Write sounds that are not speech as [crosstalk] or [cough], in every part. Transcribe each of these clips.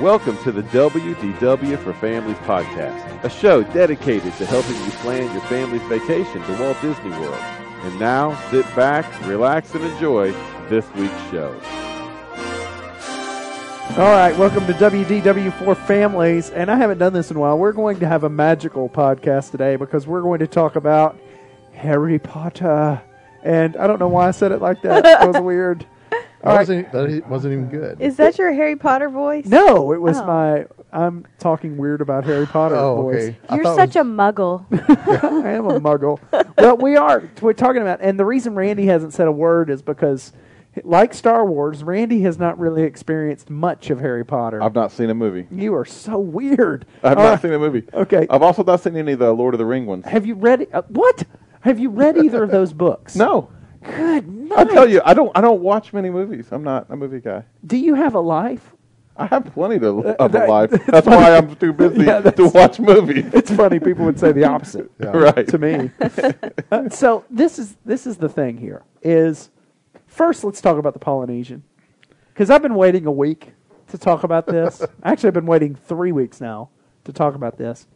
Welcome to the WDW for Families podcast, a show dedicated to helping you plan your family's vacation to Walt Disney World. And now, sit back, relax, and enjoy this week's show. All right, welcome to WDW4 Families, and I haven't done this in a while. We're going to have a magical podcast today because we're going to talk about Harry Potter. And I don't know why I said it like that. That was weird. All That right. wasn't, that i- wasn't even good. Is that your Harry Potter voice? No, it was Oh. my I'm talking weird about Harry Potter oh, voice. okay. I You're thought it was- such a [laughs] muggle. I am a muggle. well, we are. We're talking about, and the reason Randy hasn't said a word is because, like Star Wars, Randy has not really experienced much of Harry Potter. I've not seen a movie. you are so weird. I've All not right. seen a movie. Okay. I've also not seen any of the Lord of the Ring ones. Have you read uh, what? Have you read either of those [laughs] books? No. Good I night. tell you, I don't. I don't watch many movies. I'm not a movie guy. Do you have a life? I have plenty to, of Uh, that- a life. That's why I'm too [laughs] busy Yeah, to that's- watch movies. [laughs] It's funny. People would say the opposite [laughs] right. to me. Uh, so this is this is the thing here. Is first, let's talk about the Polynesian because I've been waiting a week to talk about [laughs] this. Actually, I've been waiting three weeks now to talk about this.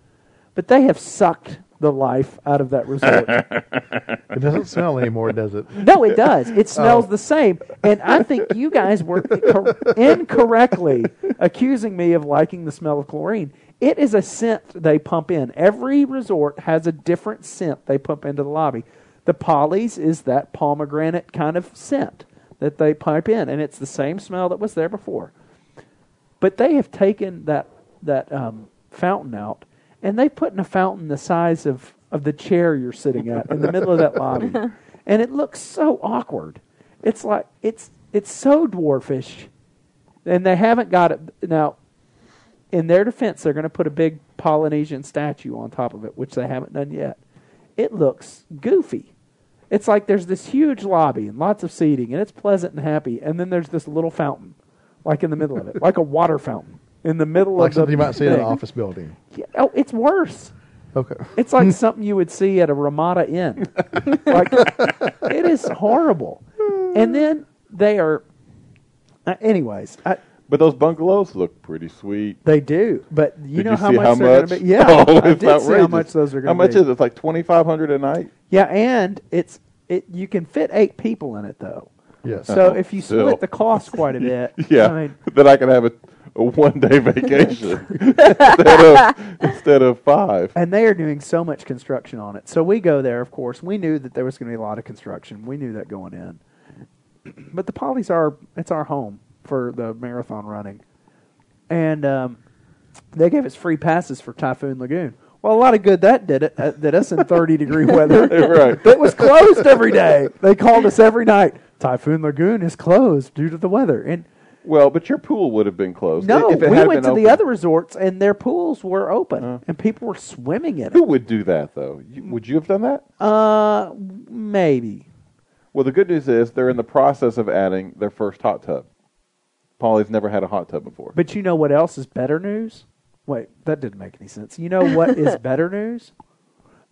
But they have sucked the life out of that resort. It doesn't smell anymore, [laughs] does it? No, it does. It smells the same. And I think you guys were cor- incorrectly accusing me of liking the smell of chlorine. It is a scent they pump in. Every resort has a different scent they pump into the lobby. The Polly's is that pomegranate kind of scent that they pipe in, and it's the same smell that was there before. But they have taken that that um, fountain out, and they put in a fountain the size of of the chair you're sitting at in the middle of that lobby, and it looks so awkward. It's like it's it's so dwarfish, and they haven't got it now. In their defense, they're going to put a big Polynesian statue on top of it, which they haven't done yet. It looks goofy. It's like there's this huge lobby and lots of seating, and it's pleasant and happy, and then there's this little fountain, like in the middle of it, like a water fountain in the middle Like of something the you might [laughs] see in an thing. office building. Yeah, Oh, it's worse. Okay. It's [laughs] like something you would see at a Ramada Inn. like it is horrible. And then they are. Uh, anyways, I, But those bungalows look pretty sweet. they do, but you Did know you how see much how they're much? going to be. Yeah, [laughs] oh, I did it's see how outrageous. much those are How going to much be. is it? It's like twenty five hundred [laughs] a night. Yeah, and it's it. You can fit eight people in it though. Yes. So if you Uh-huh. Still. split the cost quite [laughs] a bit, Yeah. I mean, then I can have a, a one day vacation [laughs] instead of instead of [laughs] five. [laughs] and they are doing so much construction on it. So we go there, of course. We knew that there was going to be a lot of construction. We knew that going in. [clears throat] But the Polly's are it's our home for the marathon running, and um, they gave us free passes for Typhoon Lagoon. Well, a lot of good that did it uh, did us in thirty degree [laughs] weather. Right. that was closed every day. They called us every night. Typhoon Lagoon is closed due to the weather, and Well, but your pool would have been closed. no, if it we had went to been the open. other resorts and their pools were open, and people were swimming in it. [laughs] Who would do that though? You, would you have done that? Uh, maybe. Well, the good news is they're in the process of adding their first hot tub. Polly's never had a hot tub before. But you know what else is better news? Wait, that didn't make any sense. You know what [laughs] is better news?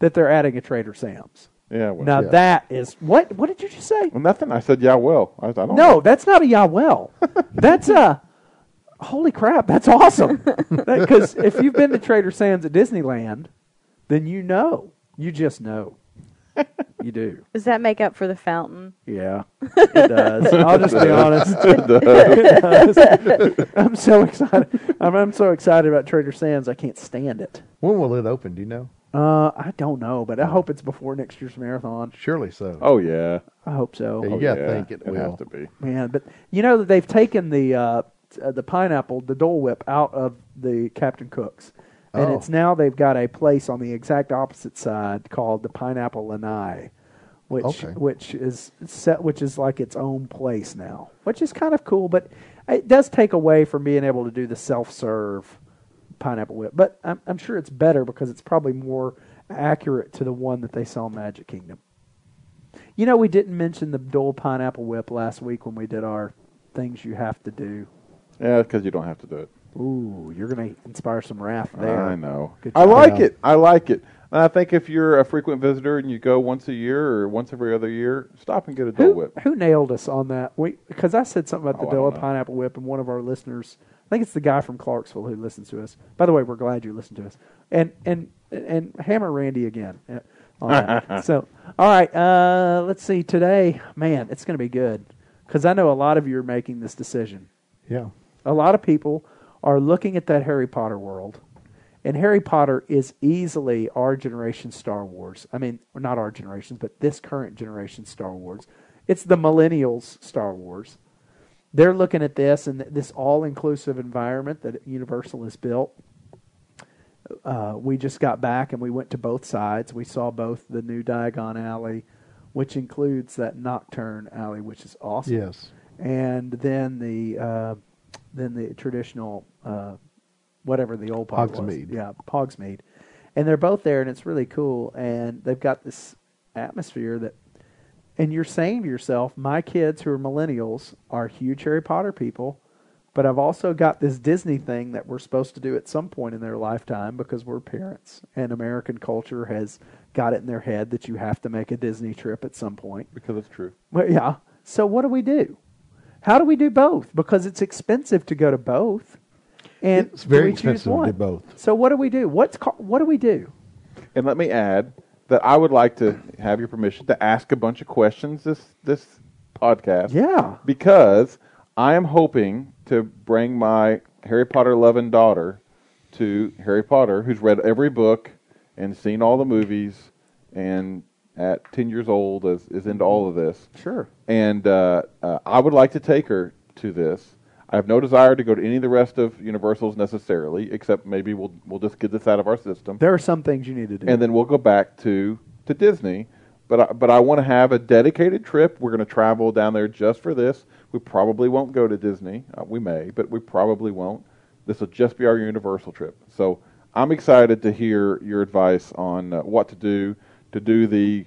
That they're adding a Trader Sam's. yeah, well, now yeah. that is what? What did you just say? Well, nothing. I said, yeah, well, I, I don't. No, that's not a Yahweh. that's a holy crap. That's awesome. Because if you've been to Trader Sam's at Disneyland, then you know. You just know. You do. Does that make up for the fountain? Yeah, it [laughs] does. I'll just be honest. [laughs] I'm so excited. I'm, I'm so excited about Trader Sam's. I can't stand it. When will it open? Do you know? Uh, I don't know, but I hope it's before next year's marathon. Surely so. Oh yeah. I hope so. Yeah, Oh, you gotta think it will. has to be. Man, but you know that they've taken the uh, t- uh, the pineapple, the Dole Whip, out of the Captain Cook's, and Oh. it's now they've got a place on the exact opposite side called the Pineapple Lanai, which Okay. which is set, which is like its own place now, which is kind of cool, but it does take away from being able to do the self serve pineapple whip. But I'm, I'm sure it's better because it's probably more accurate to the one that they sell in Magic Kingdom. You know, we didn't mention the dual pineapple whip last week when we did our things you have to do. Yeah, because you don't have to do it. Ooh, you're going to inspire some wrath there. I know. Good I job. like Yeah. it. I like it. And I think if you're a frequent visitor and you go once a year or once every other year, stop and get a Dole Who, Whip. who nailed us on that? We Because I said something about Oh, the I don't Dilla know. pineapple whip, and one of our listeners, I think it's the guy from Clarksville who listens to us. By the way, we're glad you listen to us. And and and hammer Randy again. uh, on [laughs] that. so all right, uh, let's see. Today, man, it's going to be good because I know a lot of you are making this decision. Yeah. A lot of people are looking at that Harry Potter world, and Harry Potter is easily our generation Star Wars. I mean, not our generations, but this current generation Star Wars. It's the millennials Star Wars. They're looking at this and th- this all-inclusive environment that Universal has built. Uh, we just got back and we went to both sides. We saw both the new Diagon Alley, which includes that Nocturne Alley, which is awesome Yes. and then the uh, then the traditional uh, whatever the old pub Hogsmeade. was. Yeah, Pogsmeade. And they're both there, and it's really cool. And they've got this atmosphere that, and you're saying to yourself, my kids who are millennials are huge Harry Potter people, but I've also got this Disney thing that we're supposed to do at some point in their lifetime because we're parents, and American culture has got it in their head that you have to make a Disney trip at some point. because it's true. Well, yeah. So what do we do? How do we do both? Because it's expensive to go to both, and It's very we choose expensive to do one? both. So what do we do? What's ca- what do we do? And let me add that I would like to have your permission to ask a bunch of questions this this podcast. Yeah. Because I am hoping to bring my Harry Potter loving daughter to Harry Potter, who's read every book and seen all the movies, and at ten years old is, is into all of this. Sure. And uh, uh, I would like to take her to this. I have no desire to go to any of the rest of Universals necessarily, except maybe we'll we'll just get this out of our system There are some things you need to do. and then we'll go back to to Disney. But I, but I want to have a dedicated trip. We're going to travel down there just for this. We probably won't go to Disney. Uh, we may, but we probably won't. This will just be our Universal trip. So I'm excited to hear your advice on uh, what to do to do the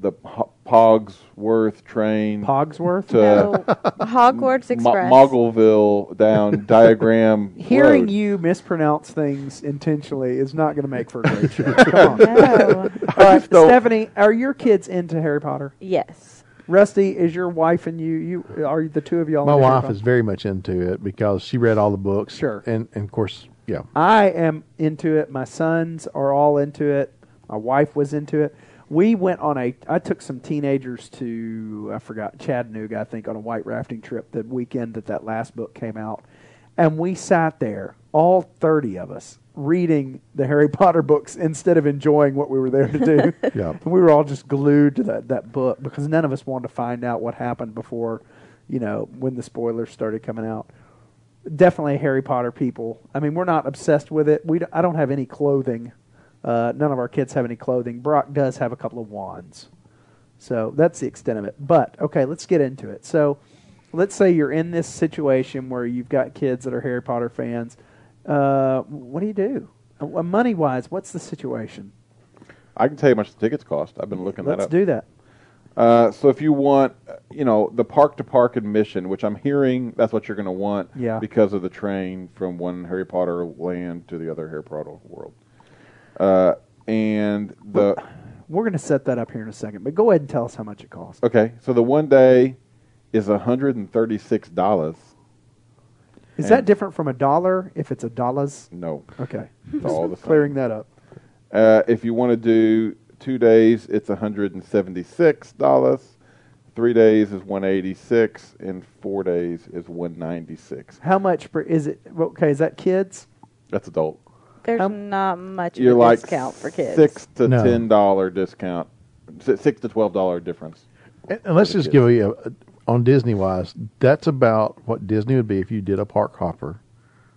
the Ho- Pogsworth train Pogsworth. to [laughs] no, Hogwarts Mo- Express. [laughs] Moggleville down diagram. Hearing [laughs] Road. you mispronounce things intentionally is not going to make for a great [laughs] show. Come on. No. All right, don't- Stephanie, are your kids into Harry Potter? yes. Rusty, is your wife and you you are the two of y'all? My into Harry wife Potter? is very much into it because she read all the books. Sure. And, and of course, yeah. I am into it. My sons are all into it. My wife was into it. We went on a. I took some teenagers to I forgot Chattanooga, I think, on a white rafting trip the weekend that that last book came out, and we sat there all thirty of us reading the Harry [laughs] Potter books instead of enjoying what we were there to do. Yeah. And we were all just glued to that that book because none of us wanted to find out what happened before, you know, when the spoilers started coming out definitely Harry Potter people. I mean, we're not obsessed with it. We d- I don't have any clothing. Uh, none of our kids have any clothing. Brock does have a couple of wands, so that's the extent of it. But okay, let's get into it. So, let's say you're in this situation where you've got kids that are Harry Potter fans. Uh, what do you do? Uh, money wise, what's the situation? I can tell you how much the tickets cost. I've been looking that Let's up. do that. Uh, so if you want, uh, you know, the park to park admission, which I'm hearing that's what you're going to want Yeah. because of the train from one Harry Potter land to the other Harry Potter world. Uh, and the We're going to set that up here in a second, but go ahead and tell us how much it costs. okay, so the one day is $136. Is that And- different from a dollar if it's a dollars? No, [laughs] Okay. it's all the same. [laughs] Clearing that up. Uh, if you want to do two days, it's $176. Three days is 186 and four days is 196 How much per, is it? Okay, is that kids? That's adult. There's Um, not much of you're a like discount for kids. six to No. ten dollar discount, Si- six to twelve dollar difference. And, and let's For the just give you, a, on Disney wise, that's about what Disney would be if you did a park hopper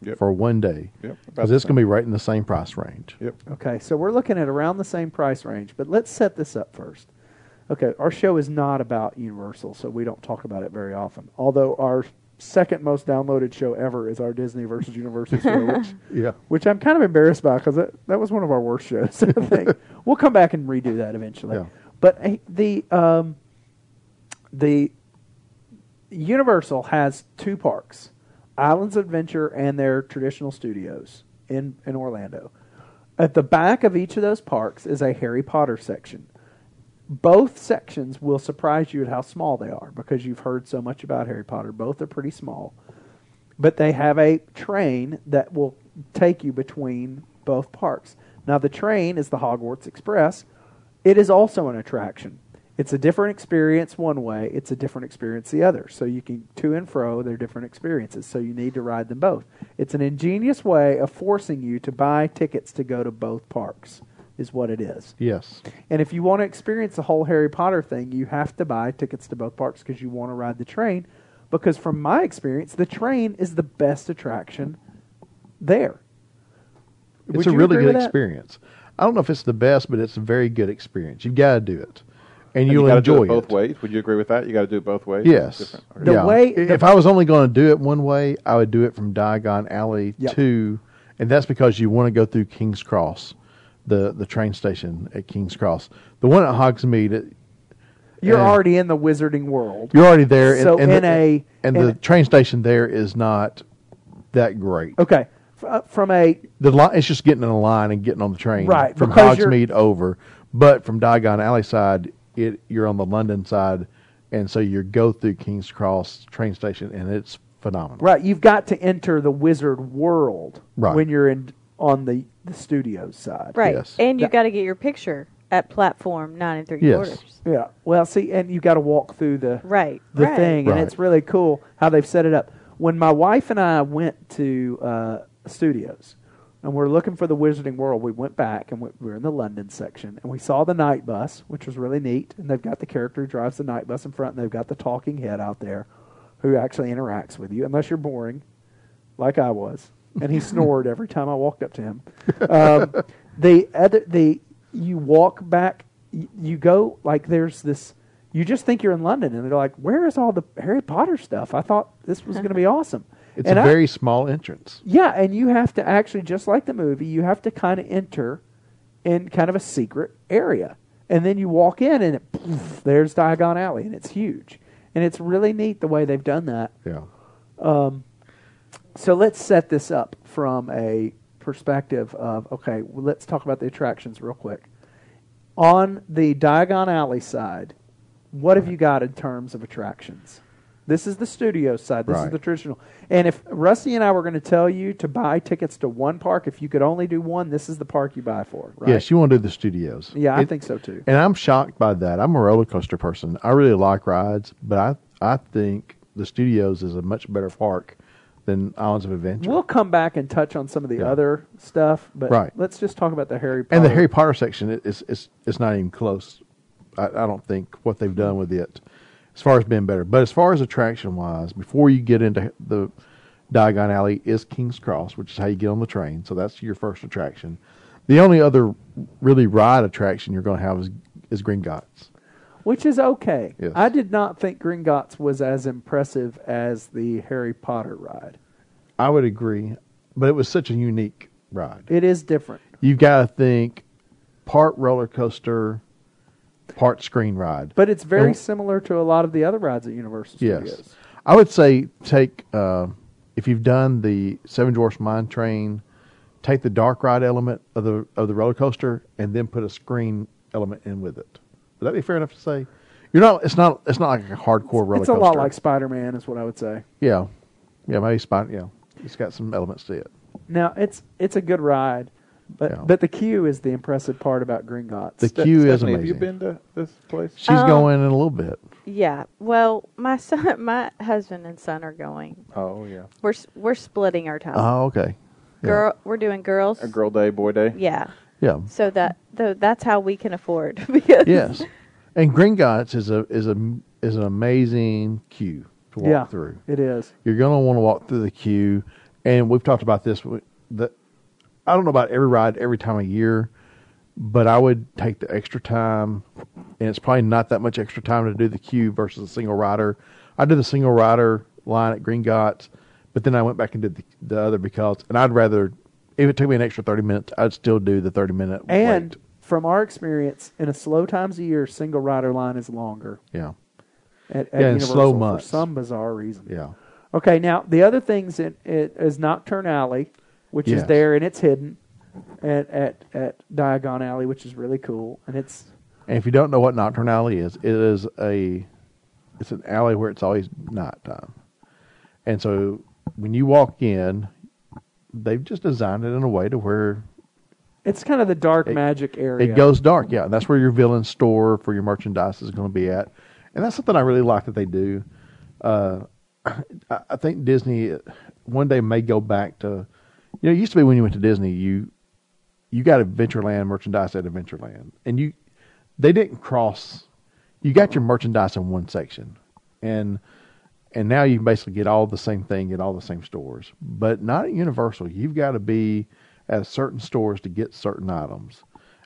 Yep. for one day. Yep, about Because the it's same. going to be right in the same price range. Yep. Okay, so we're looking at around the same price range, but let's set this up first. Okay, our show is not about Universal, so we don't talk about it very often. Although our second most downloaded show ever is our Disney versus Universal show, which, Yeah. which I'm kind of embarrassed by because that, that was one of our worst shows. I think we'll come back and redo that eventually. Yeah. But eh, the um, the Universal has two parks, Islands of Adventure and their traditional studios in, in Orlando. At the back of each of those parks is a Harry Potter section. Both sections will surprise you at how small they are because you've heard so much about Harry Potter. Both are pretty small. but they have a train that will take you between both parks. Now, the train is the Hogwarts Express. It is also an attraction. It's a different experience one way, it's a different experience the other. So you can to and fro, they're different experiences. So you need to ride them both. It's an ingenious way of forcing you to buy tickets to go to both parks, is what it is. Yes. And if you want to experience the whole Harry Potter thing, you have to buy tickets to both parks because you want to ride the train. Because from my experience, the train is the best attraction there. It's Would a you really agree with good that? experience. I don't know if it's the best, but it's a very good experience. You've got to do it, and And you'll you gotta enjoy do it both ways. Would you agree with that? You got to do it both ways. Yes. Different. The yeah. way- I- the- if I was only going to do it one way, I would do it from Diagon Alley Yep. to, and that's because you want to go through King's Cross, the the train station at King's Cross. The one at Hogsmeade, it- You're Yeah. already in the wizarding world. you're already there. and- So and, in the, a- and in the a- train station there is not that great. Okay. F- uh, From a The li- it's just getting in a line and getting on the train, Right, From because you're- Hogsmeade over, but from Diagon Alley side, it you're on the London side, and so you go through King's Cross train station, and it's phenomenal. right, you've got to enter the wizard world Right. when you're in on the, the studio side. Right. Yes. And you That- got to get your picture at platform nine and three Yes. quarters. Yeah. Well, see, and you got to walk through the Right. the right. thing, Right. and it's really cool how they've set it up. When my wife and I went to uh, studios, and we're looking for the Wizarding World, we went back and we we were in the London section, and we saw the night bus, which was really neat. And they've got the character who drives the night bus in front, and they've got the talking head out there, who actually interacts with you, unless you're boring, like I was, and he [laughs] snored every time I walked up to him. Um, [laughs] the other, the you walk back, you, you go like there's this. You just think you're in London, and they're like, "Where is all the Harry Potter stuff?" I thought this was going to be awesome. It's And a I- very small entrance. yeah, and you have to actually, just like the movie, you have to kind of enter in kind of a secret area. And then you walk in, and it, poof, there's Diagon Alley, and it's huge. And it's really neat the way they've done that. Yeah. Um, So let's set this up from a perspective of okay, well, let's talk about the attractions real quick. On the Diagon Alley side, what have you got in terms of attractions? This is the studio side. This is Right. the traditional. And if Rusty and I were going to tell you to buy tickets to one park, if you could only do one, this is the park you buy for, right? Yes, you want to do the studios. yeah, I It- think so too. And I'm shocked by that. I'm a roller coaster person. I really like rides, but I I think the studios is a much better park than Islands of Adventure. We'll come back and touch on some of the other stuff, but Right. let's just talk about the Harry Potter. and the Harry Potter section i- is is it's not even close. I, I don't think what they've done with it, as far as being better. But as far as attraction wise, before you get into the Diagon Alley is King's Cross, which is how you get on the train. So that's your first attraction. The only other really ride attraction you're going to have is is Gringotts. which is okay. Yes. I did not think Gringotts was as impressive as the Harry Potter ride. I would agree, but it was such a unique ride. It is different. You've got to think part roller coaster, part screen ride. But it's very And- similar to a lot of the other rides at Universal Yes. Studios. I would say take uh, if you've done the Seven Dwarfs Mine Train, take the dark ride element of the of the roller coaster, and then put a screen element in with it. Would that be fair enough to say? You're not. It's not. It's not like a hardcore roller It's a coaster. lot like Spider Man, is what I would say. yeah, yeah. Maybe Spine. Yeah, it's got some elements to it. Now it's it's a good ride, but Yeah. but the queue is the impressive part about Gringotts. The Ste- queue is Stephanie, amazing. Have you been to this place? She's Uh, going in a little bit. Yeah. Well, my [laughs] son, my husband and son are going. Oh yeah, We're s- we're splitting our time. Oh, okay. Yeah. Girl, we're doing girls. a girl day, boy day. Yeah. Yeah. So that though that's how we can afford [laughs] because yes. And Gringotts is a is a is an amazing queue to walk yeah, through. it is. You're going to want to walk through the queue, and we've talked about this. w- The I don't know about every ride every time of year, but I would take the extra time, and it's probably not that much extra time to do the queue versus a single rider. I did the single rider line at Gringotts, but then I went back and did the, the other because, and I'd rather if it took me an extra thirty minutes, I'd still do the thirty minute And wait. from our experience, in a slow times a year, single rider line is longer Yeah, at, at Yeah, in Universal slow for months. some bizarre reason. yeah. Okay, now the other things in, it is Nocturne Alley, which is Yes. there and it's hidden at, at at Diagon Alley, which is really cool, and it's And if you don't know what Nocturne Alley is, it is a it's an alley where it's always nighttime. And so when you walk in, they've just designed it in a way to where It's kind of the dark It- magic it area. goes dark. Yeah, and that's where your villain store for your merchandise is going to be at, and that's something I really like that they do. Uh, [clears throat] I, I think Disney uh, one day may go back to, you know, it used to be when you went to Disney, you you got Adventureland merchandise at Adventureland, and you they didn't cross. You got your merchandise in one section, and and now you can basically get all the same thing at all the same stores, but not at Universal. You've got to be at certain stores to get certain items,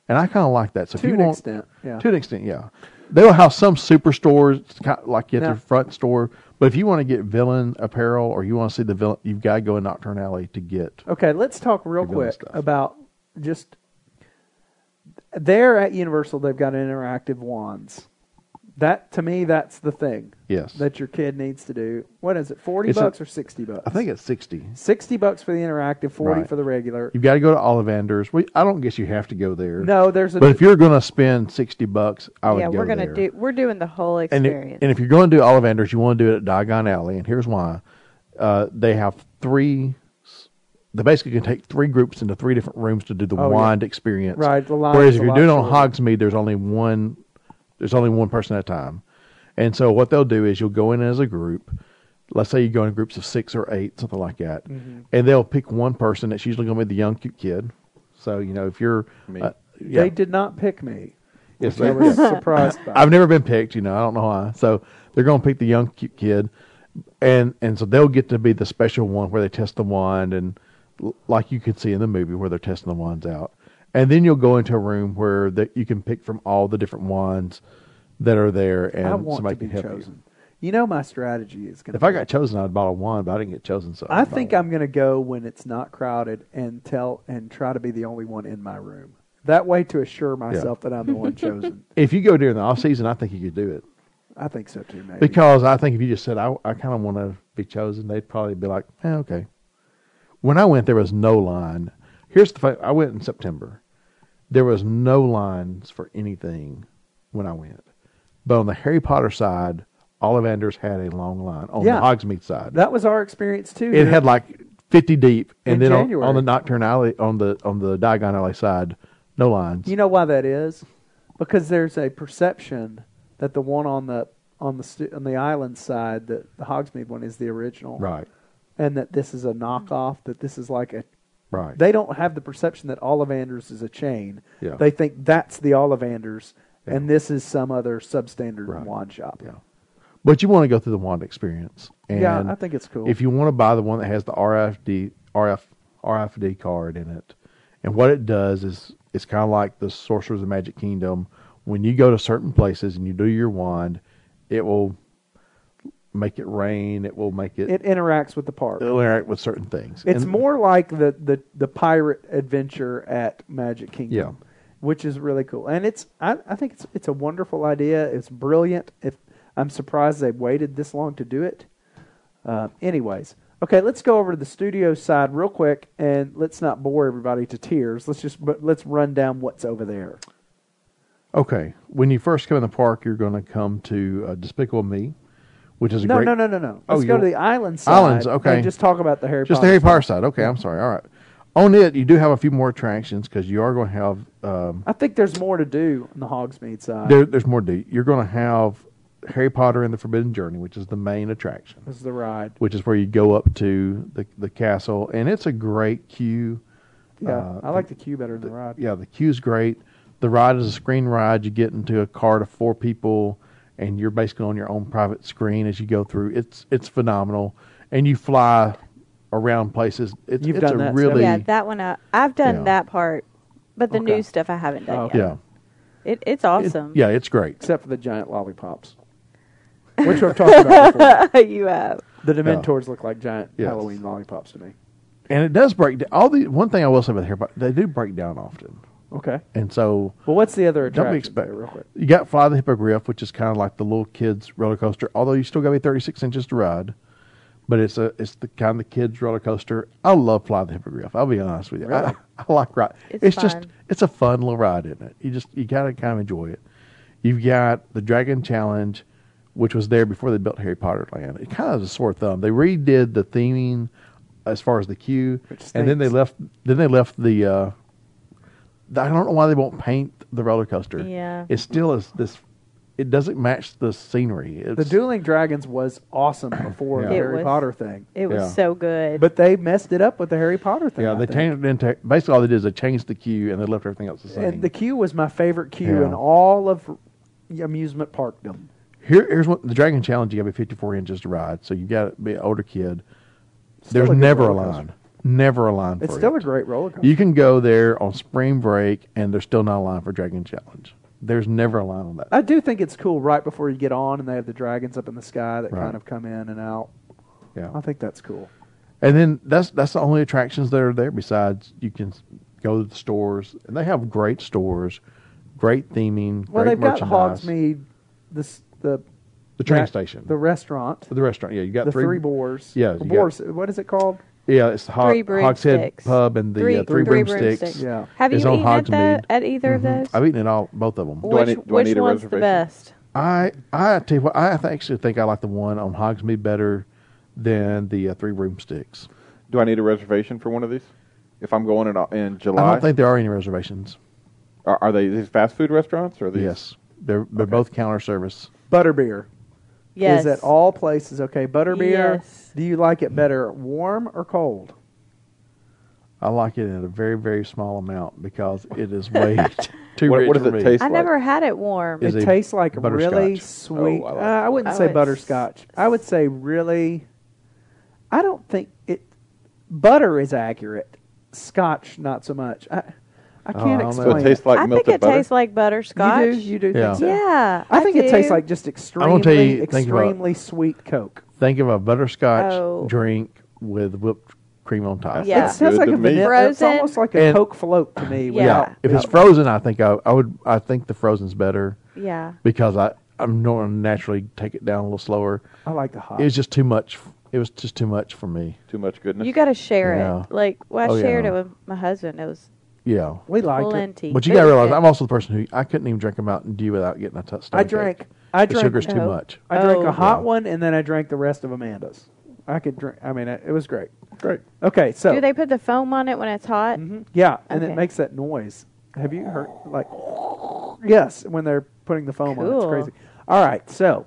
and I kind of like that. So To if you an want, extent, yeah. to an extent, yeah. They'll have some superstores it's kind of like at Yeah. the front store, but if you want to get villain apparel or you want to see the villain, you've got to go in Nocturne Alley to get. Okay, let's talk real You're doing quick stuff. about just there at Universal. They've got interactive wands. That to me, that's the thing Yes, that your kid needs to do. What is it? Forty It's a- bucks or sixty bucks? I think it's sixty. sixty bucks for the interactive, forty Right. for the regular. You've got to go to Ollivander's. We, I don't guess you have to go there. No, there's a but if you're going to spend sixty bucks, I would yeah, go we're gonna there. do. We're doing the whole and, it- experience. and if you're going to do Ollivanders, you want to do it at Diagon Alley, and here's why: uh, they have three. They basically can take three groups into three different rooms to do the Oh, yeah. wand experience. Right, the line is Whereas if a you're lot doing it on shorter. Hogsmeade, there's only one. There's only one person at a time, and so what they'll do is you'll go in as a group. Let's say you go in groups of six or eight, something like that, Mm-hmm. and they'll pick one person. It's usually going to be the young cute kid. So you know if you're Me. uh, yeah, They did not pick me. yes, I they- was [laughs] surprised by. I've never been picked, you know. I don't know why. So they're going to pick the young cute kid, and and so they'll get to be the special one where they test the wand, and l- like you could see in the movie where they're testing the wands out, and then you'll go into a room where that you can pick from all the different wands that are there, and I want to somebody be can help chosen. You. know my strategy is going you. to. If I got chosen, I'd buy a wand, but I didn't get chosen. So I think I'm going to go when it's not crowded and tell and try to be the only one in my room. That way to assure myself that I'm the [laughs] one chosen. If you go during the off season, I think you could do it I think so too, maybe. because I think if you just said I, I kind of want to be chosen, they'd probably be like, eh, okay. When I went, there was no line. Here's the fact: I went in September. There was no lines for anything when I went, but on the Harry Potter side, Ollivanders had a long line. On Yeah. the Hogsmeade side, that was our experience too. it had like fifty deep, and In then on, January. on the Nocturne Alley, on the on the Diagon Alley side, no lines. you know why that is? Because there's a perception that the one on the on the stu- on the island side, that the Hogsmeade one is the original, right, And that this is a knockoff. That this is like a right. they don't have the perception that Ollivanders is a chain. Yeah. They think that's the Ollivanders, and Yeah. this is some other substandard Right. wand shop. Yeah. But you want to go through the wand experience. And Yeah, I think it's cool. If you want to buy the one that has the RFD RF RFD card in it, and what it does is it's kind of like the Sorcerers of Magic Kingdom. When you go to certain places and you do your wand, it will make it rain. It will make it. It interacts with the park. it'll interact with certain things. It's And- more like the, the, the pirate adventure at Magic Kingdom, Yeah. which is really cool. And it's I, I think it's it's a wonderful idea. It's brilliant. If I'm surprised they waited this long to do it. Uh, anyways, okay, let's go over to the studio side real quick, and let's not bore everybody to tears. Let's just but let's run down what's over there. Okay, when you first come in the park, you're going to come to uh, Despicable Me, which is a No, great no, no, no, no. Oh, Let's you go to want- the island side. Islands, okay. And just talk about the Harry just Potter. the Harry Potter stuff. side. Okay, I'm sorry. All right. On it, you do have a few more attractions because you are going to have um, I think there's more to do on the Hogsmeade side. there, there's more. To, you're going to have Harry Potter and the Forbidden Journey, which is the main attraction, This is the ride. which is where you go up to the the castle, and it's a great queue. Yeah, Uh, I like the queue better than the ride. Yeah, the queue's great. The ride is a screen ride. You get into a cart of four people, and you're basically on your own private screen as you go through. It's it's phenomenal, and you fly around places. It's You've it's done a that, really Stephanie. yeah, that one. I, I've done Yeah. that part, but the Okay. new stuff I haven't done Oh, yet. yeah. It, it's It- awesome. yeah, it's great. Except for the giant lollipops, which I've talked about [laughs] before. [laughs] you have. The Dementors look like giant Yes. Halloween lollipops to me. And it does break down. All the one thing I will say about the Harry Potter, they do break down often, Okay. and so Well, what's the other attraction? don't be expect. there, real quick. You got Fly the Hippogriff, which is kind of like the little kids roller coaster. Although you still got to be thirty six inches to ride, but it's a it's the kind of kids roller coaster. I love Fly the Hippogriff. I'll be honest with you. I, [laughs] I like ride. It's just fun. it's a fun little ride, isn't it? You just you gotta kind of enjoy it. You've got the Dragon Challenge, which was there before they built Harry Potter Land. It kind of is a sore thumb. They redid the theming as far as the queue, Which and then they stinks. left. Then they left the. Uh, the- I don't know why they won't paint the roller coaster. Yeah. it still is this. It doesn't match the scenery. It's, The Dueling Dragons was awesome before Yeah. the It Harry was. Potter thing, It was Yeah. so good. but they messed it up with the Harry Potter thing. Yeah, I they think. changed it into basically all they did is they changed the queue and they left everything else the same. And the queue was my favorite queue Yeah. in all of amusement parkdom. Here, here's what the Dragon Challenge. You got to be 54 inches to ride, so you got to be an older kid. Still There's a good never a roller coaster. line, never a line. It's for still it. a great roller coaster. You can go there on spring break, and there's still not a line for Dragon Challenge. There's never a line on that. I do think it's cool right before you get on, and they have the dragons up in the sky that Right. kind of come in and out. I yeah, think that's cool. and then that's that's the only attractions that are there. Besides, you can s- go to the stores, and they have great stores, great theming. Well, great they've got merchandise. Hogsmeade, this the the train that- station, the the, restaurant, restaurant. Yeah, you got the three, three, boars. Yeah, you got- boars. What is it called? Yeah, it's the Hog, Three Hogshead broomsticks. Pub and the Three- uh, three, three broomsticks. broomsticks. Yeah, Have you It's on eaten at, Hogsmeade. Mm-hmm. the, at either of those? I've eaten it all, both of them. Do I which need- do I which need a one's the reservation? best? I I tell you what, I th- actually think I like the one on Hogsmeade better than the uh, three broomsticks. Do I need a reservation for one of these? If I'm going in, in July, I don't think there are any reservations. are, are they these fast food restaurants or are these? Yes, they're they're both counter service. Butterbeer. Yes. Is at all places okay? Butterbeer. Yes. Do you like it better warm or cold? I like it in a very very small amount because it is [laughs] way t- too What- rich what does for it me. taste- I like- never had it warm. Is it a tastes like butterscotch. really Oh, I sweet. like uh, I wouldn't Oh, say it's- butterscotch. I would say really. I don't think it. Butter is accurate. Scotch, not so much. I, I Oh, can't I don't know. So explain. it tastes like I think melted it butter. tastes like butterscotch. You do. You do. Yeah. Think so? Yeah. I think it tastes do. like just gonna extremely, tell you- think about- extremely sweet Coke. Think of a butterscotch Oh. drink with whipped cream on top. Yeah. It sounds Good like to a me. vanilla. It's Frozen. almost like a And- Coke float to me. Yeah. without- If it's without- frozen, I think I, I would I think the frozen's better Yeah. because I I'm going to naturally take it down a little slower. I like the hot. It was just too much. It was just too much for me. Too much goodness. You got to share Yeah. it. Like, well, I Oh, shared yeah. it with my husband. It was Yeah. we liked it. plenty. But you It got to was realize, good. I'm also the person who I couldn't even drink a Mountain Dew without getting a t- stomach I drank. ache. I The drank. sugar's too Oh. much. I drank Oh. a hot Yeah. one and then I drank the rest of Amanda's. I could drink. I mean, it it was great. great. Okay, so Do they put the foam on it when it's hot? Mhm. Yeah, and it Okay. makes that noise. Have you heard like yes when they're putting the foam on? It's Cool. crazy. All right, so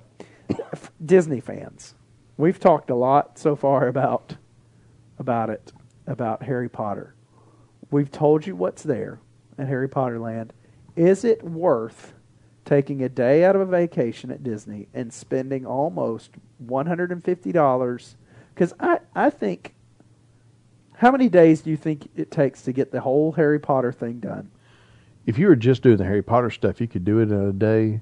f- Disney fans, we've talked a lot so far about about it about Harry Potter. We've told you what's there at Harry Potter Land. Is it worth taking a day out of a vacation at Disney and spending almost one hundred and fifty dollars? Because I I think how many days do you think it takes to get the whole Harry Potter thing done? If you were just doing the Harry Potter stuff, you could do it in a day.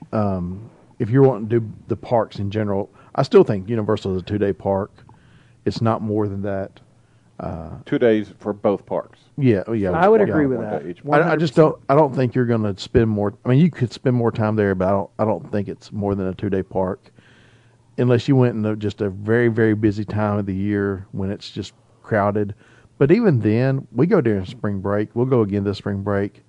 Um, if you're wanting to do the parks in general, I still think Universal is a two day park. It's not more than that. Two days for both parks. Yeah, oh, yeah. I would yeah. agree with one that. day each. I, I just don't. I don't think you're going to spend more. I mean, you could spend more time there, but I don't. I don't think it's more than a two day park, unless you went in a, just a very very busy time of the year when it's just crowded. But even then, we go during spring break. We'll go again this spring break.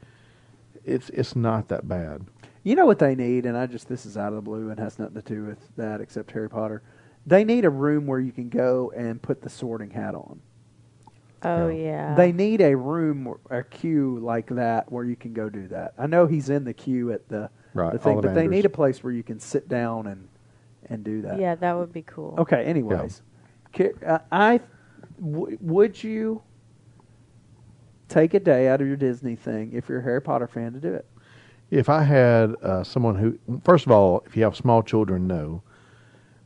It's it's not that bad. You know what they need, and I just this is out of the blue and has nothing to do with that except Harry Potter. They need a room where you can go and put the sorting hat on. Oh, Yeah. yeah. they need a room, or a queue like that where you can go do that. I know he's in the queue at the, Right, the thing, but they Ollivanders. need a place where you can sit down and and do that. Yeah, that would be cool. Okay. Anyways, Ca- uh, I w- would you take a day out of your Disney thing if you're a Harry Potter fan to do it? If I had uh, someone who, first of all, if you have small children, no,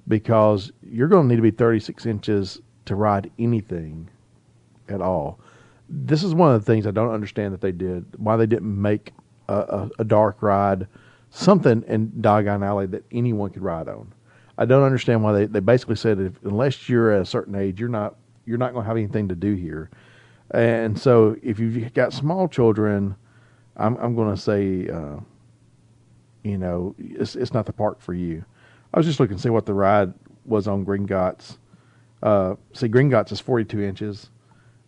because you're going to need to be 36 inches to ride anything at all. This is one of the things I don't understand that they did, why they didn't make a, a, a dark ride, something in Doggone Alley that anyone could ride on. I don't understand why they, they basically said if, unless you're at a certain age, you're not you're not going to have anything to do here. And so if you've got small children, I'm I'm going to say, uh, you know, it's it's not the park for you. I was just looking to see what the ride was on Green Gots. Uh, see, Green Gots is 42 inches,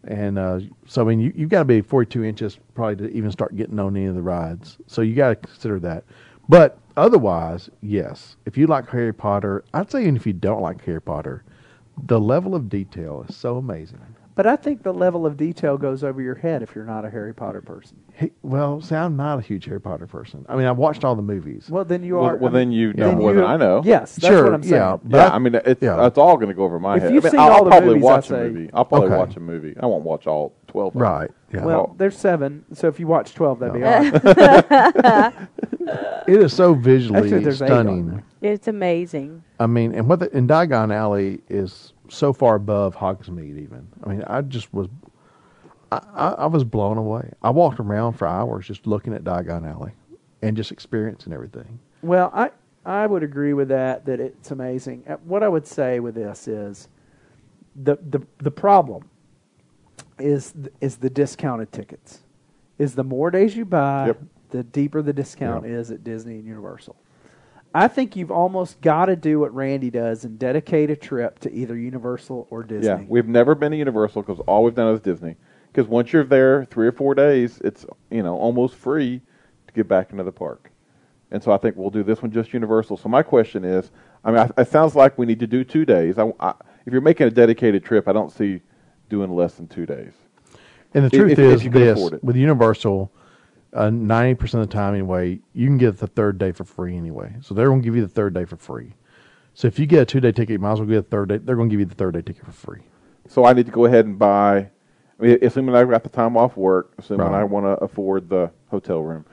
and uh, so I mean, you you got to be 42 inches probably to even start getting on any of the rides. So you got to consider that. But otherwise, yes. If you like Harry Potter, I'd say even if you don't like Harry Potter, the level of detail is so amazing. But I think the level of detail goes over your head if you're not a Harry Potter person. He, well, see, I'm not a huge Harry Potter person. I mean, I watched all the movies. Well, then you Well- are. well, I mean, then you know more you- than I know. Yes, that's Sure, what I'm saying. yeah. But Yeah, I- I mean, it's, yeah. that's all going to go over my If head. you've I mean, seen I'll all the probably movies, watch I'd a say- movie. I'll probably Okay. watch a movie. I won't watch all twelve. of them. Right. Yeah. Well, Oh. there's seven, so if you watch twelve, that'd be No. all right. it is so visually Actually, there's eight of stunning. them. It's amazing. I mean, and what the, and Diagon Alley is so far above Hogsmeade. Even I mean, I just was, I, I, I was blown away. I walked around for hours just looking at Diagon Alley, and just experiencing everything. Well, I I would agree with that. That it's amazing. Uh, What I would say with this is, the the the problem is th- is the discounted tickets. Is the more days you buy, Yep. the deeper the discount Yep. is at Disney and Universal. I think you've almost got to do what Randy does and dedicate a trip to either Universal or Disney. Yeah, we've never been to Universal because all we've done is Disney. Because once you're there three or four days, it's you know almost free to get back into the park. And so I think we'll do this one just Universal. So my question is, I mean, I, it sounds like we need to do two days. I, I, if you're making a dedicated trip, I don't see doing less than two days. And the If- truth if- is if you can afford this: it. with Universal, uh, ninety percent of the time anyway, you can get the third day for free anyway. So they're going to give you the third day for free. So if you get a two day ticket, you might as well get a third day. They're going to give you the third day ticket for free. So I need to go ahead and buy. I mean, assuming I've got the time off work, assuming Right. I want to afford the hotel room,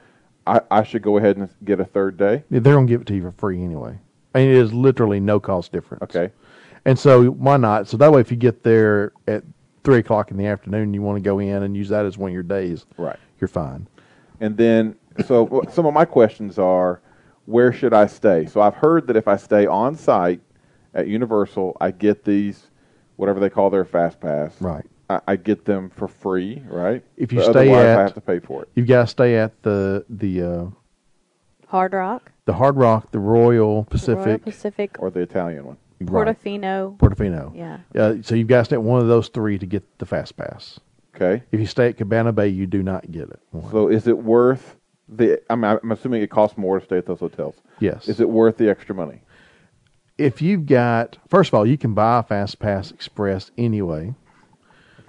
I, I should go ahead and get a third day. Yeah, They're going to give it to you for free anyway. I mean, it is literally no cost difference. Okay. And so why not? So that way, if you get there at three o'clock in the afternoon, you want to go in and use that as one of your days. Right. You're fine. And then, so w- some of my questions are, where should I stay? So I've heard that if I stay on site at Universal, I get these, whatever they call their fast pass. Right. I, I get them for free, right? If you But stay otherwise at- I have to pay for it. You've got to stay at the the uh, Hard Rock, the Hard Rock, the Royal Pacific, Royal Pacific, Or the Italian one. right, Portofino. Portofino. Yeah. Uh, so you've got to stay at one of those three to get the fast pass. Okay. If you stay at Cabana Bay, you do not get it. So is it worth the? I mean, I'm assuming it costs more to stay at those hotels. Yes. Is it worth the extra money? if you've got, first of all, you can buy a fast pass express anyway.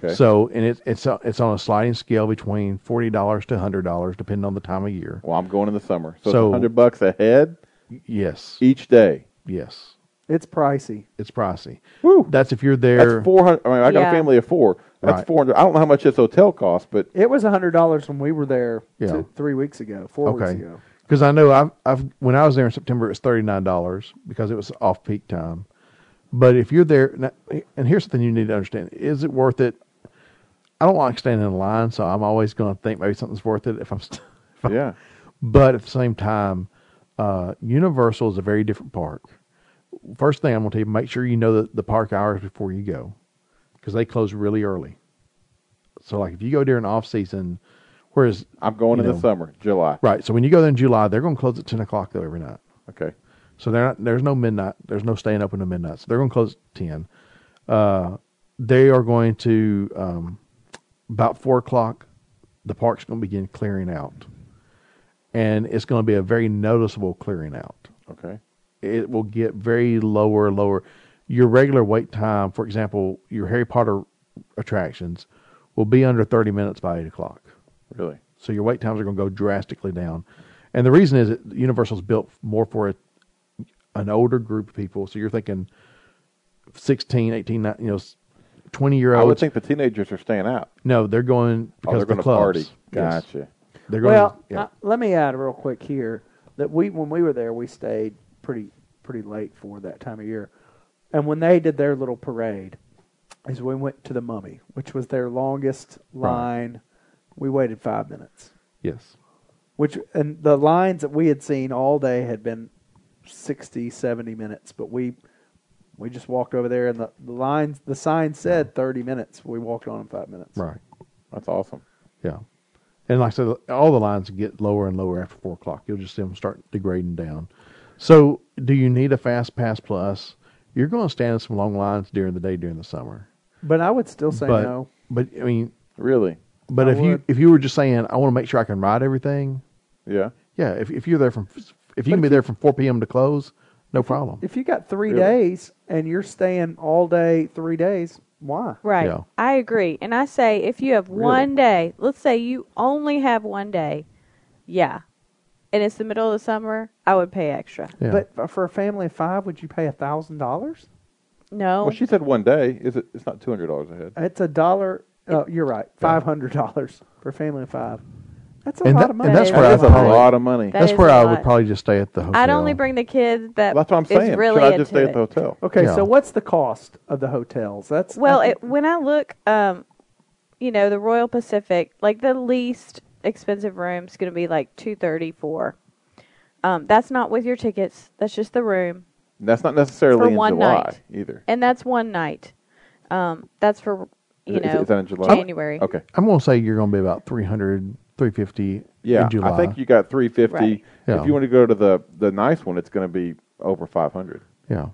Okay. So and it, it's on- it's on a sliding scale between forty dollars to hundred dollars, depending on the time of year. well, I'm going in the summer, so, So- it's hundred bucks a head Yes, each day. yes, It's pricey. it's pricey. Woo. That's if you're there. That's four hundred. I mean, I got Yeah. a family of four. That's Right. four hundred. I don't know how much this hotel costs, [laughs] but It was hundred dollars when we were there Yeah. two, three weeks ago, four weeks okay, ago. because I know I've, I've when I was there in September, it was thirty nine dollars because it was off peak time. But if you're there, now- and here's something you need to understand: is it worth it? I don't like standing in line, so I'm always going to think maybe something's worth it if I'm. St- if I'm yeah. But at the same time, uh, Universal is a very different park. First thing I'm going to tell you, make sure you know the, the park hours before you go because they close really early. So, like if you go during off season, whereas, I'm going You in know. the summer, July. right, so when you go there in July, they're going to close at 10 o'clock though every night. Okay. So they're not, there's no midnight, there's no staying open to midnight. So they're going to close at 10. Uh, they are going to, um, about 4 o'clock, the park's going to begin clearing out. And it's going to be a very noticeable clearing out Okay. it will get very lower and lower. Your regular wait time, for example, your Harry Potter attractions will be under 30 minutes by 8 o'clock. Really. So your wait times are going to go drastically down. And the reason is that Universal's built more for a, an older group of people. So you're thinking 16, 18, ni- you know, 20 year I would olds. think the teenagers are staying out. no, they're going Oh, because they're of the going to clubs. party. Yes. Gotcha. They're going Well, yeah. uh, let me add real quick here that we when we were there, we stayed pretty pretty late for that time of year, and when they did their little parade, is we went to the Mummy, which was their longest Right. line. We waited five minutes, yes. which and the lines that we had seen all day had been 60, 70 minutes, but we. We just walked over there, and the, the lines, the sign said thirty minutes. We walked on in five minutes. Right. That's awesome. Yeah. And like I said, all the lines get lower and lower after four o'clock. You'll just see them start degrading down. So, do you need a fast pass plus? You're going to stand in some long lines during the day during the summer. But I would still say but, no. but I mean, Really. but I if you would. if you were just saying, I want to make sure I can ride everything. Yeah. Yeah. If if you're there from if you can be there from 4 p.m. to close, no problem. If you got three Really? days and you're staying all day, three days, why? Right. Yeah. I agree. And I say if you have one day, let's say you only have one day, yeah, and it's the middle of the summer, I would pay extra. Yeah. But f- for a family of five, would you pay a thousand dollars? No. Well, she said one day. Is it? It's not two hundred dollars a head. It's a dollar. Oh, you're right. Five hundred dollars for a family of five. That's a And lot that- of money. and that's That where is I That's a thought lot. lot of money. That that's is where a I lot. would probably just stay at the hotel. I'd only bring the kids that That's what I'm is saying. really Should I into just stay at it. the hotel? Okay, Yeah. so what's the cost of the hotels? That's Well, I it, think- when I look, um, you know, the Royal Pacific, like the least expensive room's going to be like two thirty four. Um, that's not with your tickets. That's just the room, And that's not necessarily For in one July night. either. and that's one night. Um, that's for you Is- know is that in July? January. Okay. I'm going to say you're going to be about 300, 350 Yeah, in July. I think you got three fifty. Right. Yeah. If you want to go to the the nice one, it's going to be over five hundred. Yeah.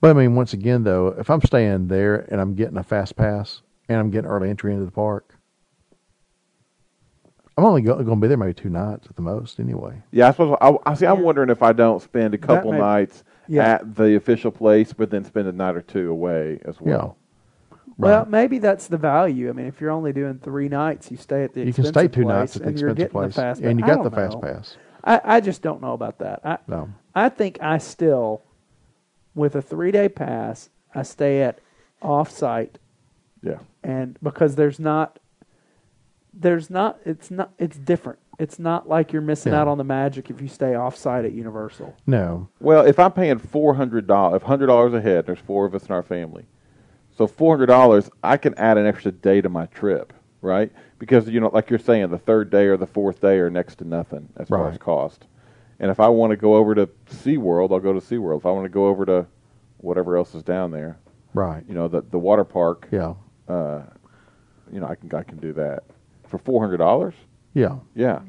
But I mean, once again, though, if I'm staying there and I'm getting a fast pass and I'm getting early entry into the park, I'm only going to be there maybe two nights at the most anyway. Yeah, I suppose. I, I see. I'm Yeah. wondering if I don't spend a couple may- nights Yeah. at the official place, but then spend a night or two away as well. well, right. maybe that's the value. I mean, if you're only doing three nights, you stay at the you can expensive stay two place, nights at the and you're expensive getting place the fast and you pass. I got the don't fast know. pass. I, I just don't know about that. I, No. I think I still, with a three day pass, I stay at offsite Yeah. and because there's not there's not it's not it's different it's not like you're missing Yeah. out on the magic if you stay offsite at universal No. Well, if I'm paying four hundred dollars, if hundred dollars a head, there's four of us in our family, so four hundred dollars, I can add an extra day to my trip, right? Because you know, like you're saying, the third day or the fourth day are next to nothing as far as Right. cost. And if I want to go over to SeaWorld, I'll go to SeaWorld. If I want to go over to whatever else is down there, Right. you know, the the water park, Yeah. uh, you know, I can I can do that for four hundred dollars. Yeah. Yeah,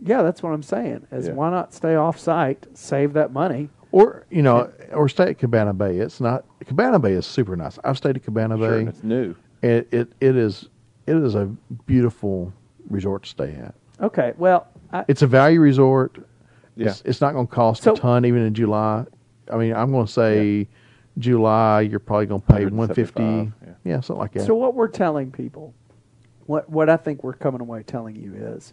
yeah that's what i'm saying is Yeah. why not stay offsite save that money Or, you know, or stay at Cabana Bay. It's not, Cabana Bay is super nice. I've stayed at Cabana sure, Bay. and it's new. It, it, it is, it is a beautiful resort to stay at. okay well I, it's a value resort. Yeah. It's, it's not going to cost So- a ton, even in July. I mean, I'm going to say July, you're probably going to pay 150. 175, yeah. Yeah. something like that. so what we're telling people what what i think we're coming away telling you is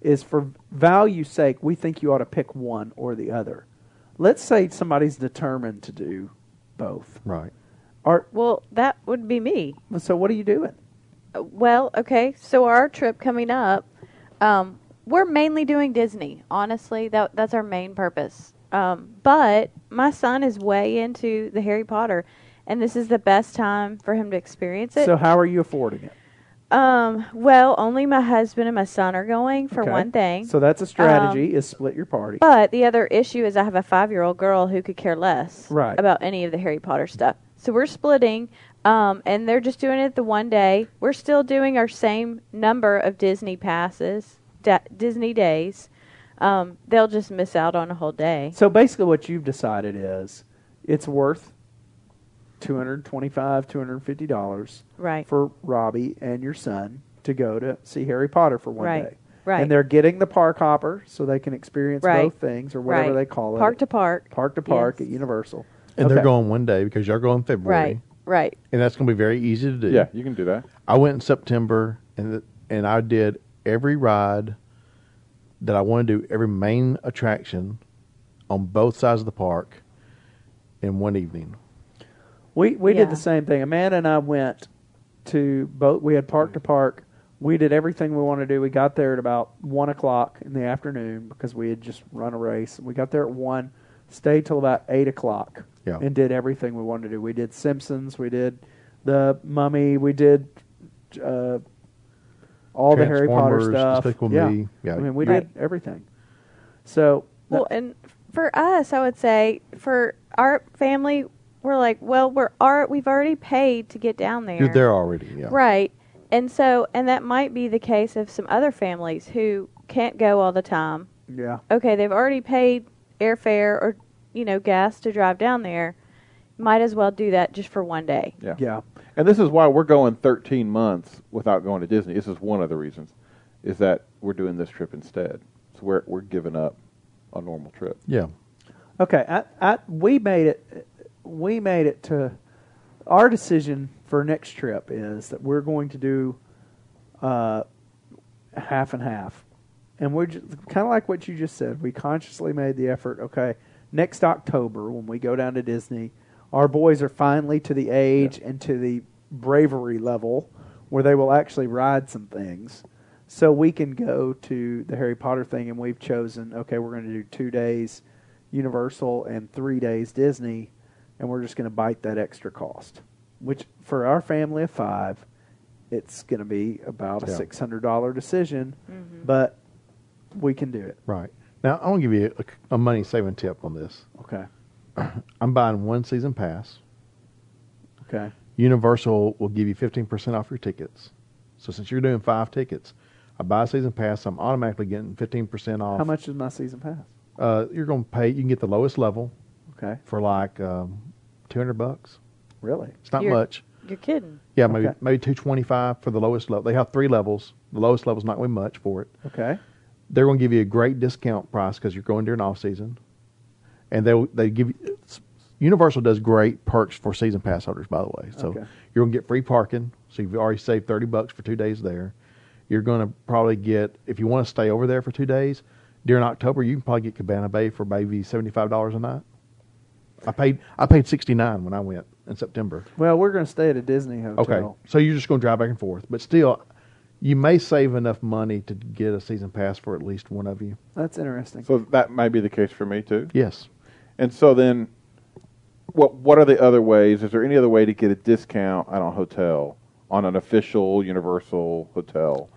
is for value's sake we think you ought to pick one or the other let's say somebody's determined to do both right. Or Well, that would be me. so what are you doing Uh, Well, okay. So our trip coming up, um, we're mainly doing Disney. Honestly, that that's our main purpose. Um, but my son is way into the Harry Potter, and this is the best time for him to experience it. so how are you affording it um, well, only my husband and my son are going for Okay. Um, one thing. So that's a strategy is split your party. But the other issue is I have a five year old girl who could care less Right. about any of the Harry Potter stuff. So we're splitting, um, and they're just doing it the one day. We're still doing our same number of Disney passes, da- Disney days. Um, they'll just miss out on a whole day. so basically what you've decided is it's worth 225 250 dollars Right. for Robbie and your son to go to see Harry Potter for one Right. day. Right. And they're getting the park hopper so they can experience Right. both things or whatever Right. they call it. Park to park. park to park Yes. at Universal. And Okay. they're going one day because you're going February. Right. Right. And that's going to be very easy to do. Yeah, you can do that. I went in September and th- and I did every ride that I want to do, every main attraction on both sides of the park in one evening. We we Yeah. did the same thing. Amanda and I went to both. We had park to park. We did everything we wanted to do. We got there at about one o'clock in the afternoon because we had just run a race. We got there at one, stayed till about eight o'clock, Yeah. and did everything we wanted to do. We did Simpsons. We did the Mummy. We did uh, all the Harry Potter Transformers, stuff. Despicable yeah. Me. Yeah. I mean we Right. did everything. So Well, and for us, I would say for our family, we're like, well, we're are we've already paid to get down there. You're there already. Yeah. Right. And so, and that might be the case of some other families who can't go all the time. yeah, Okay, they've already paid airfare or, you know, gas to drive down there. Might as well do that just for one day. Yeah. yeah. And this is why we're going 13 months without going to Disney. This is one of the reasons, is that we're doing this trip instead. So we're we're giving up a normal trip. Yeah. Okay, I, I, we made it. We made it to our decision for next trip is that we're going to do uh, half and half, and we're just, kind of like what you just said. We consciously made the effort. Okay, next October when we go down to Disney, our boys are finally to the age and to the bravery level where they will actually ride some things. So we can go to the Harry Potter thing, and we've chosen okay, we're going to do two days Universal and three days Disney, and we're just going to bite that extra cost. Which for our family of five, it's going to be about a Yeah. six hundred dollar decision, but we can do it. Right. Now, I want to give you a, a money saving tip on this. Okay. I'm buying one season pass. Okay. Universal will give you 15% off your tickets. So since you're doing five tickets, I buy a season pass, I'm automatically getting 15% off. How much is my season pass? Uh, you're going to pay, you can get the lowest level Okay. for like um, 200 bucks. Really? It's not You're- much. You're kidding. Yeah, maybe Okay. maybe 225 for the lowest level. They have three levels. The lowest level's not going to be much for it. Okay. They're going to give you a great discount price because you're going during off season, and they they give you. Universal does great perks for season pass holders, by the way. So Okay. you're going to get free parking. So you've already saved 30 bucks for two days there. You're going to probably get if you want to stay over there for two days during October, you can probably get Cabana Bay for maybe 75 dollars a night. I paid I paid 69 when I went in September. Well, we're going to stay at a Disney Okay. hotel. So you're just going to drive back and forth, but still, you may save enough money to get a season pass for at least one of you. That's interesting. So that might be the case for me too. Yes. And so then, what what are the other ways? Is there any other way to get a discount on a hotel on an official Universal hotel?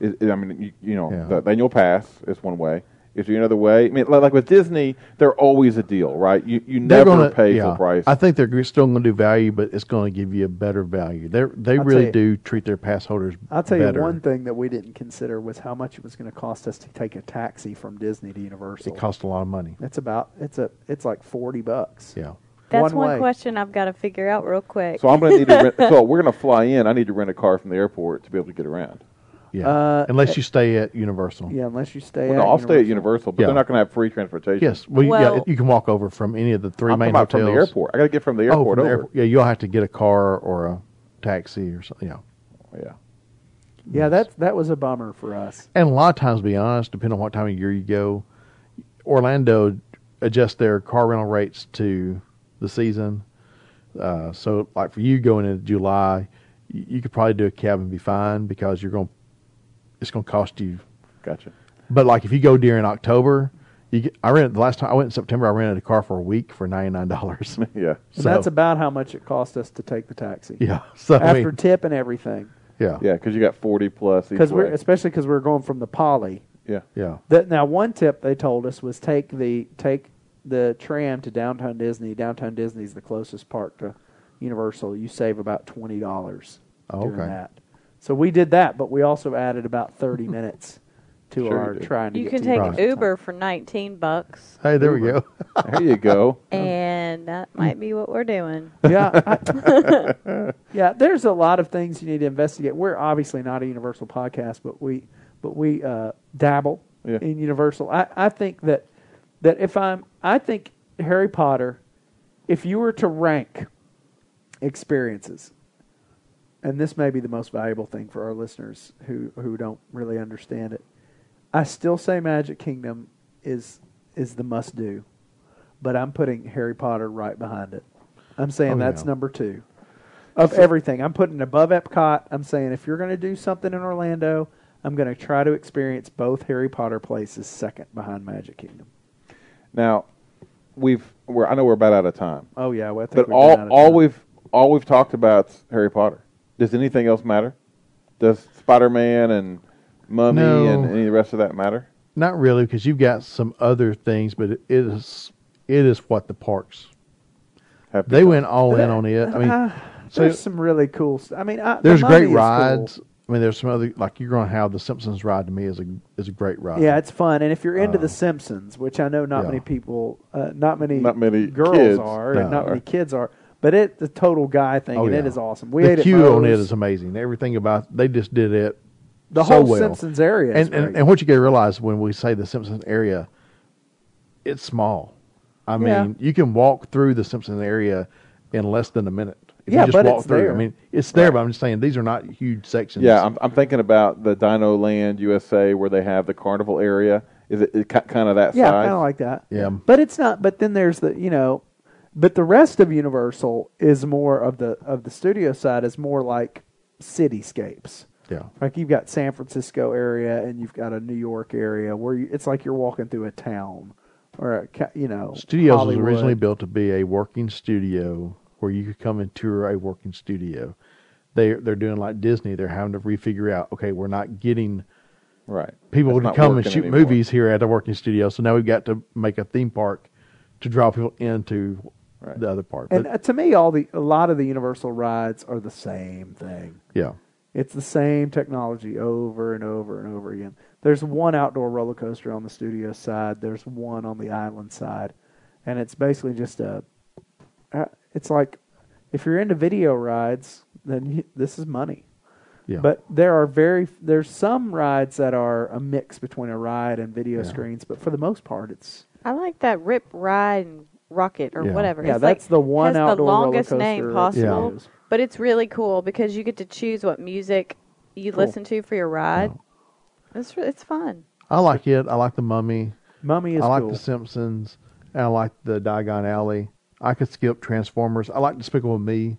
Is, I mean, you, you know, Yeah. the, the annual pass is one way. Is there another way? I mean, like, like with Disney, they're always a deal, right? You you They're never gonna- pay yeah. full price. I think they're g- still going to do value, but it's going to give you a better value. They they I'll really tell do treat their pass holders. I'll tell better. you one thing that we didn't consider was how much it was going to cost us to take a taxi from Disney to Universal. It costs a lot of money. It's about it's a it's like forty bucks. Yeah. That's One one, way. question I've got to figure out real quick. so I'm gonna need to rent. So we're gonna fly in. I need to rent a car from the airport to be able to get around. Yeah. Uh, Unless you stay at Universal. Yeah, unless you stay. Well, at no, I'll stay at Universal. Universal, but Yeah. they're not gonna have free transportation. Yes. Well, yeah, Well- you can walk over from any of the 3 I'm main talking about hotels. from the airport. I gotta get from the Oh, airport from the over. airport. Yeah, you'll have to get a car or a taxi or something. Yeah. Yeah. Yeah, that that was a bummer for us. And a lot of times, to be honest, depending on what time of year you go, Orlando adjusts their car rental rates to the season. Uh, so, like for you going into July, you, you could probably do a cab and be fine because you're going. to It's going to cost you. Gotcha. But like if you go during October, you get, I rented the last time I went in September. I rented a car for a week for ninety nine dollars. [laughs] Yeah. And So- that's about how much it cost us to take the taxi. yeah. [laughs] So I After mean, tip and everything, yeah, Yeah, because you got 40 plus each because we're way. especially because we're going from the poly. Yeah. yeah, That now one tip they told us was take the take the tram to downtown Disney. Downtown Disney's the closest park to Universal. You save about twenty dollars Oh, doing okay. that. So we did that, but we also added about [laughs] thirty minutes to Sure our you did. trying to You get can to take Right. Universal. Uber for 19 bucks, Hey, there we go. There [laughs] you go. Uh-huh. and that might be what we're doing. yeah, I, [laughs] yeah. There's a lot of things you need to investigate. We're obviously not a Universal podcast, but we but we uh, dabble Yeah. in Universal. I, I think that that if I'm I think Harry Potter, if you were to rank experiences, and this may be the most valuable thing for our listeners who who don't really understand it. I still say Magic Kingdom is is the must do, but I'm putting Harry Potter right behind it. I'm saying Oh, that's yeah. number two of everything. I'm putting it above Epcot. I'm saying if you're going to do something in Orlando, I'm going to try to experience both Harry Potter places second behind Magic Kingdom. Now, we've we're I know we're about out of time, Oh yeah, well, I think but we've all been out of all time. we've all we've talked about is Harry Potter. Does anything else matter? Does Spider Man and Mummy No. and any of the rest of that matter? Not really, because you've got some other things, but it is it is what the parks. Have They to- went all in on it. I mean, Ah, so- there's some really cool. St- I mean, I, the there's Mummy great is cool. rides. I mean, there's some other like you're going to have the Simpsons ride. To me, is a is a great ride. Yeah, it's fun, and if you're into Uh, The Simpsons, which I know not yeah. many people, uh, not many, Not many girls kids are, and No. not many kids are, but it the total guy thing, Oh, and it yeah. is awesome. We ate the at queue on it Moe's. is amazing. Everything about they just did it. the so whole well. Simpsons area, is and, and great. and what you got to realize when we say the Simpsons area, it's small. I mean, Yeah. you can walk through the Simpson area in less than a minute. If Yeah, you just but walk it's through. there. I mean, it's there, but I'm just saying these are not huge sections. Yeah, I'm, I'm thinking about the Dino Land USA where they have the carnival area. Is it, it kind of that Yeah, size? kind of like that. Yeah. but it's not. But then there's the you know, but the rest of Universal is more of the of the studio side is more like cityscapes. yeah. Like you've got San Francisco area and you've got a New York area where you, it's like you're walking through a town or a ca- you know Studios Hollywood. was originally built to be a working studio where you could come and tour a working studio. They they're doing like Disney. They're having to refigure out. Okay, we're not getting Right. people That's to not come and working shoot anymore. movies here at the working studio. So now we've got to make a theme park to draw people into Right. the other part. And But, uh, to me, all the a lot of the Universal rides are the same thing. yeah, It's the same technology over and over and over again. There's one outdoor roller coaster on the studio side. There's one on the island side, and it's basically just a. uh, It's like, if you're into video rides, then you, this is money. yeah. But there are very there's some rides that are a mix between a ride and video Yeah. screens, but for the most part, it's I like that Rip Ride and Rocket or Yeah. whatever. yeah. It's like- That's the one has the outdoor roller longest coaster name that possible. is. But it's really cool because you get to choose what music you Cool. listen to for your ride. It's re- it's fun. I like it. I like the Mummy. Mummy is I like cool. the Simpsons. And I like the Diagon Alley. I could skip Transformers. I like Despicable Me.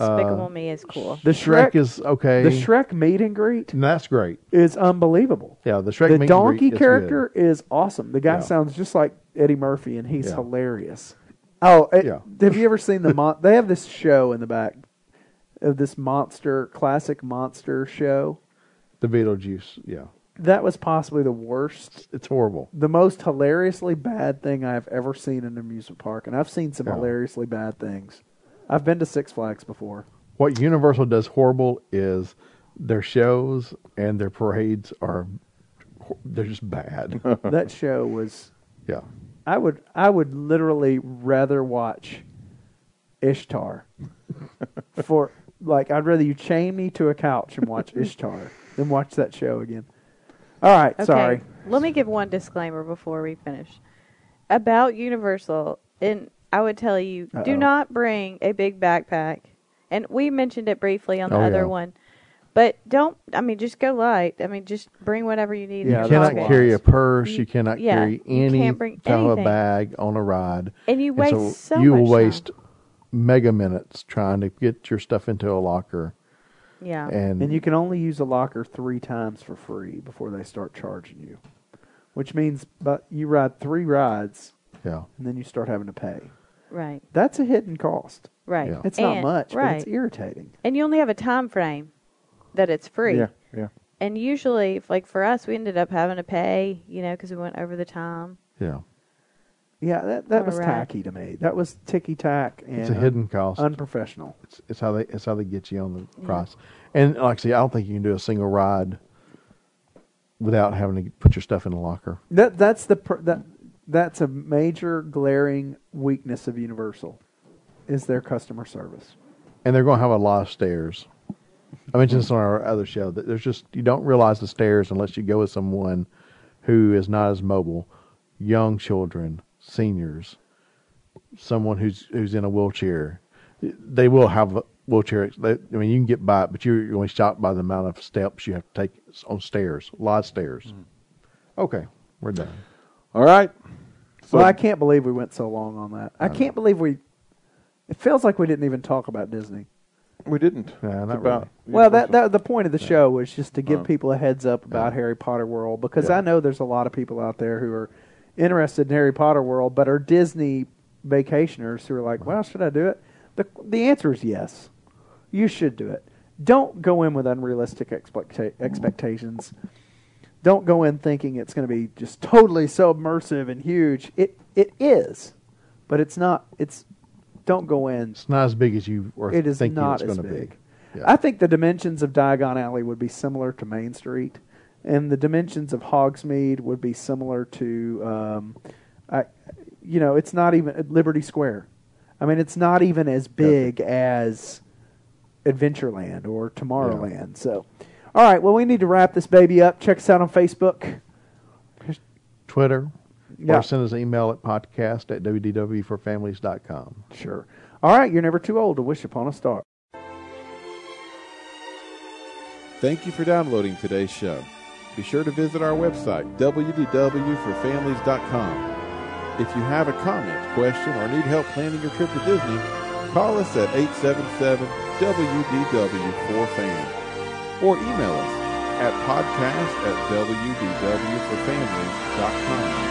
Uh, Despicable Me is cool. The Shrek, is okay. the Shrek meet and greet And that's great. is unbelievable. Yeah, the Shrek. meet the and donkey greet is character is awesome. The guy Yeah. sounds just like Eddie Murphy, and he's Yeah. hilarious. Oh, it- Yeah. have you ever seen the mon- they have this show in the back of this monster classic monster show good. the Beetlejuice. Yeah, that was possibly the worst, it's horrible. the most hilariously bad thing I've ever seen in an amusement park, and I've seen some Yeah. hilariously bad things. I've been to Six Flags before. What Universal does horrible is their shows and their parades are they're just [laughs] bad. that show was yeah, I would I would literally rather watch Ishtar for like I'd rather you chain me to a couch and watch Ishtar than watch that show again. All right, Okay. sorry. Let me give one disclaimer before we finish. About Universal, and I would tell you Uh-oh. do not bring a big backpack. And we mentioned it briefly on the Oh, other yeah. one. But don't, I mean, just go light. I mean, just bring whatever you need. in Yeah, your that's you cannot pocket. wise. carry a purse. You- You, cannot yeah, carry you any can't bring type of anything. a bag on a ride. And you And waste so, so you much will waste time. mega minutes trying to get your stuff into a locker, Yeah. and, And you can only use a locker 3 times for free before they start charging you. Which means but you ride 3 rides yeah, and then you start having to pay. right. That's a hidden cost. Right. Yeah. It's not And- much, but Right. it's irritating. and you only have a time frame that it's free. Yeah, yeah. And usually, if, like for us, we ended up having to pay, you know, because we went over the time. yeah. Yeah, that, that All was right. tacky to me. That was ticky tack and It's a hidden cost. unprofessional. It's, it's how they it's how they get you on the price. And like I say, I don't think you can do a single ride without having to put your stuff in a locker. That that's the pr- that that's a major glaring weakness of Universal is their customer service. And they're going to have a lot of stairs. I mentioned this on our other show that there's just you don't realize the stairs unless you go with someone who is not as mobile, young children, seniors, someone who's who's in a wheelchair. They will have a wheelchair. They, I mean, you can get by, it, but you're going to be shocked by the amount of steps you have to take on stairs, a lot of stairs. Hmm. Okay, we're done. All right. So well, I can't believe we went so long on that. I, can't believe we. It feels like we didn't even talk about Disney. we didn't. Yeah, It's not about Well, that, Universal. that the point of the show was just to give Uh, people a heads up about Harry Potter World because Yeah. I know there's a lot of people out there who are interested in Harry Potter World but are Disney vacationers who are like, "Well, should I do it?" The the answer is yes. You should do it. Don't go in with unrealistic expecta- expectations. Don't go in thinking it's going to be just totally so immersive and huge. It it is, but it's not. It's don't go in It's not as big as you were it is thinking not it's as going to be. big. Yeah. I think the dimensions of Diagon Alley would be similar to Main Street, and the dimensions of Hogsmeade would be similar to, um, I, you know, it's not even at Liberty Square. I mean, it's not even as big as Adventureland or Tomorrowland. So, all right, well, we need to wrap this baby up. Check us out on Facebook. Twitter, Yeah. or send us an email at podcast at wdwforfamilies.com. Sure. All right, you're never too old to wish upon a star. Thank you for downloading today's show. Be sure to visit our website, wdwforfamilies.com. If you have a comment, question, or need help planning your trip to Disney, call us at 877-WDW4FAM or email us at podcast at wdwforfamilies.com.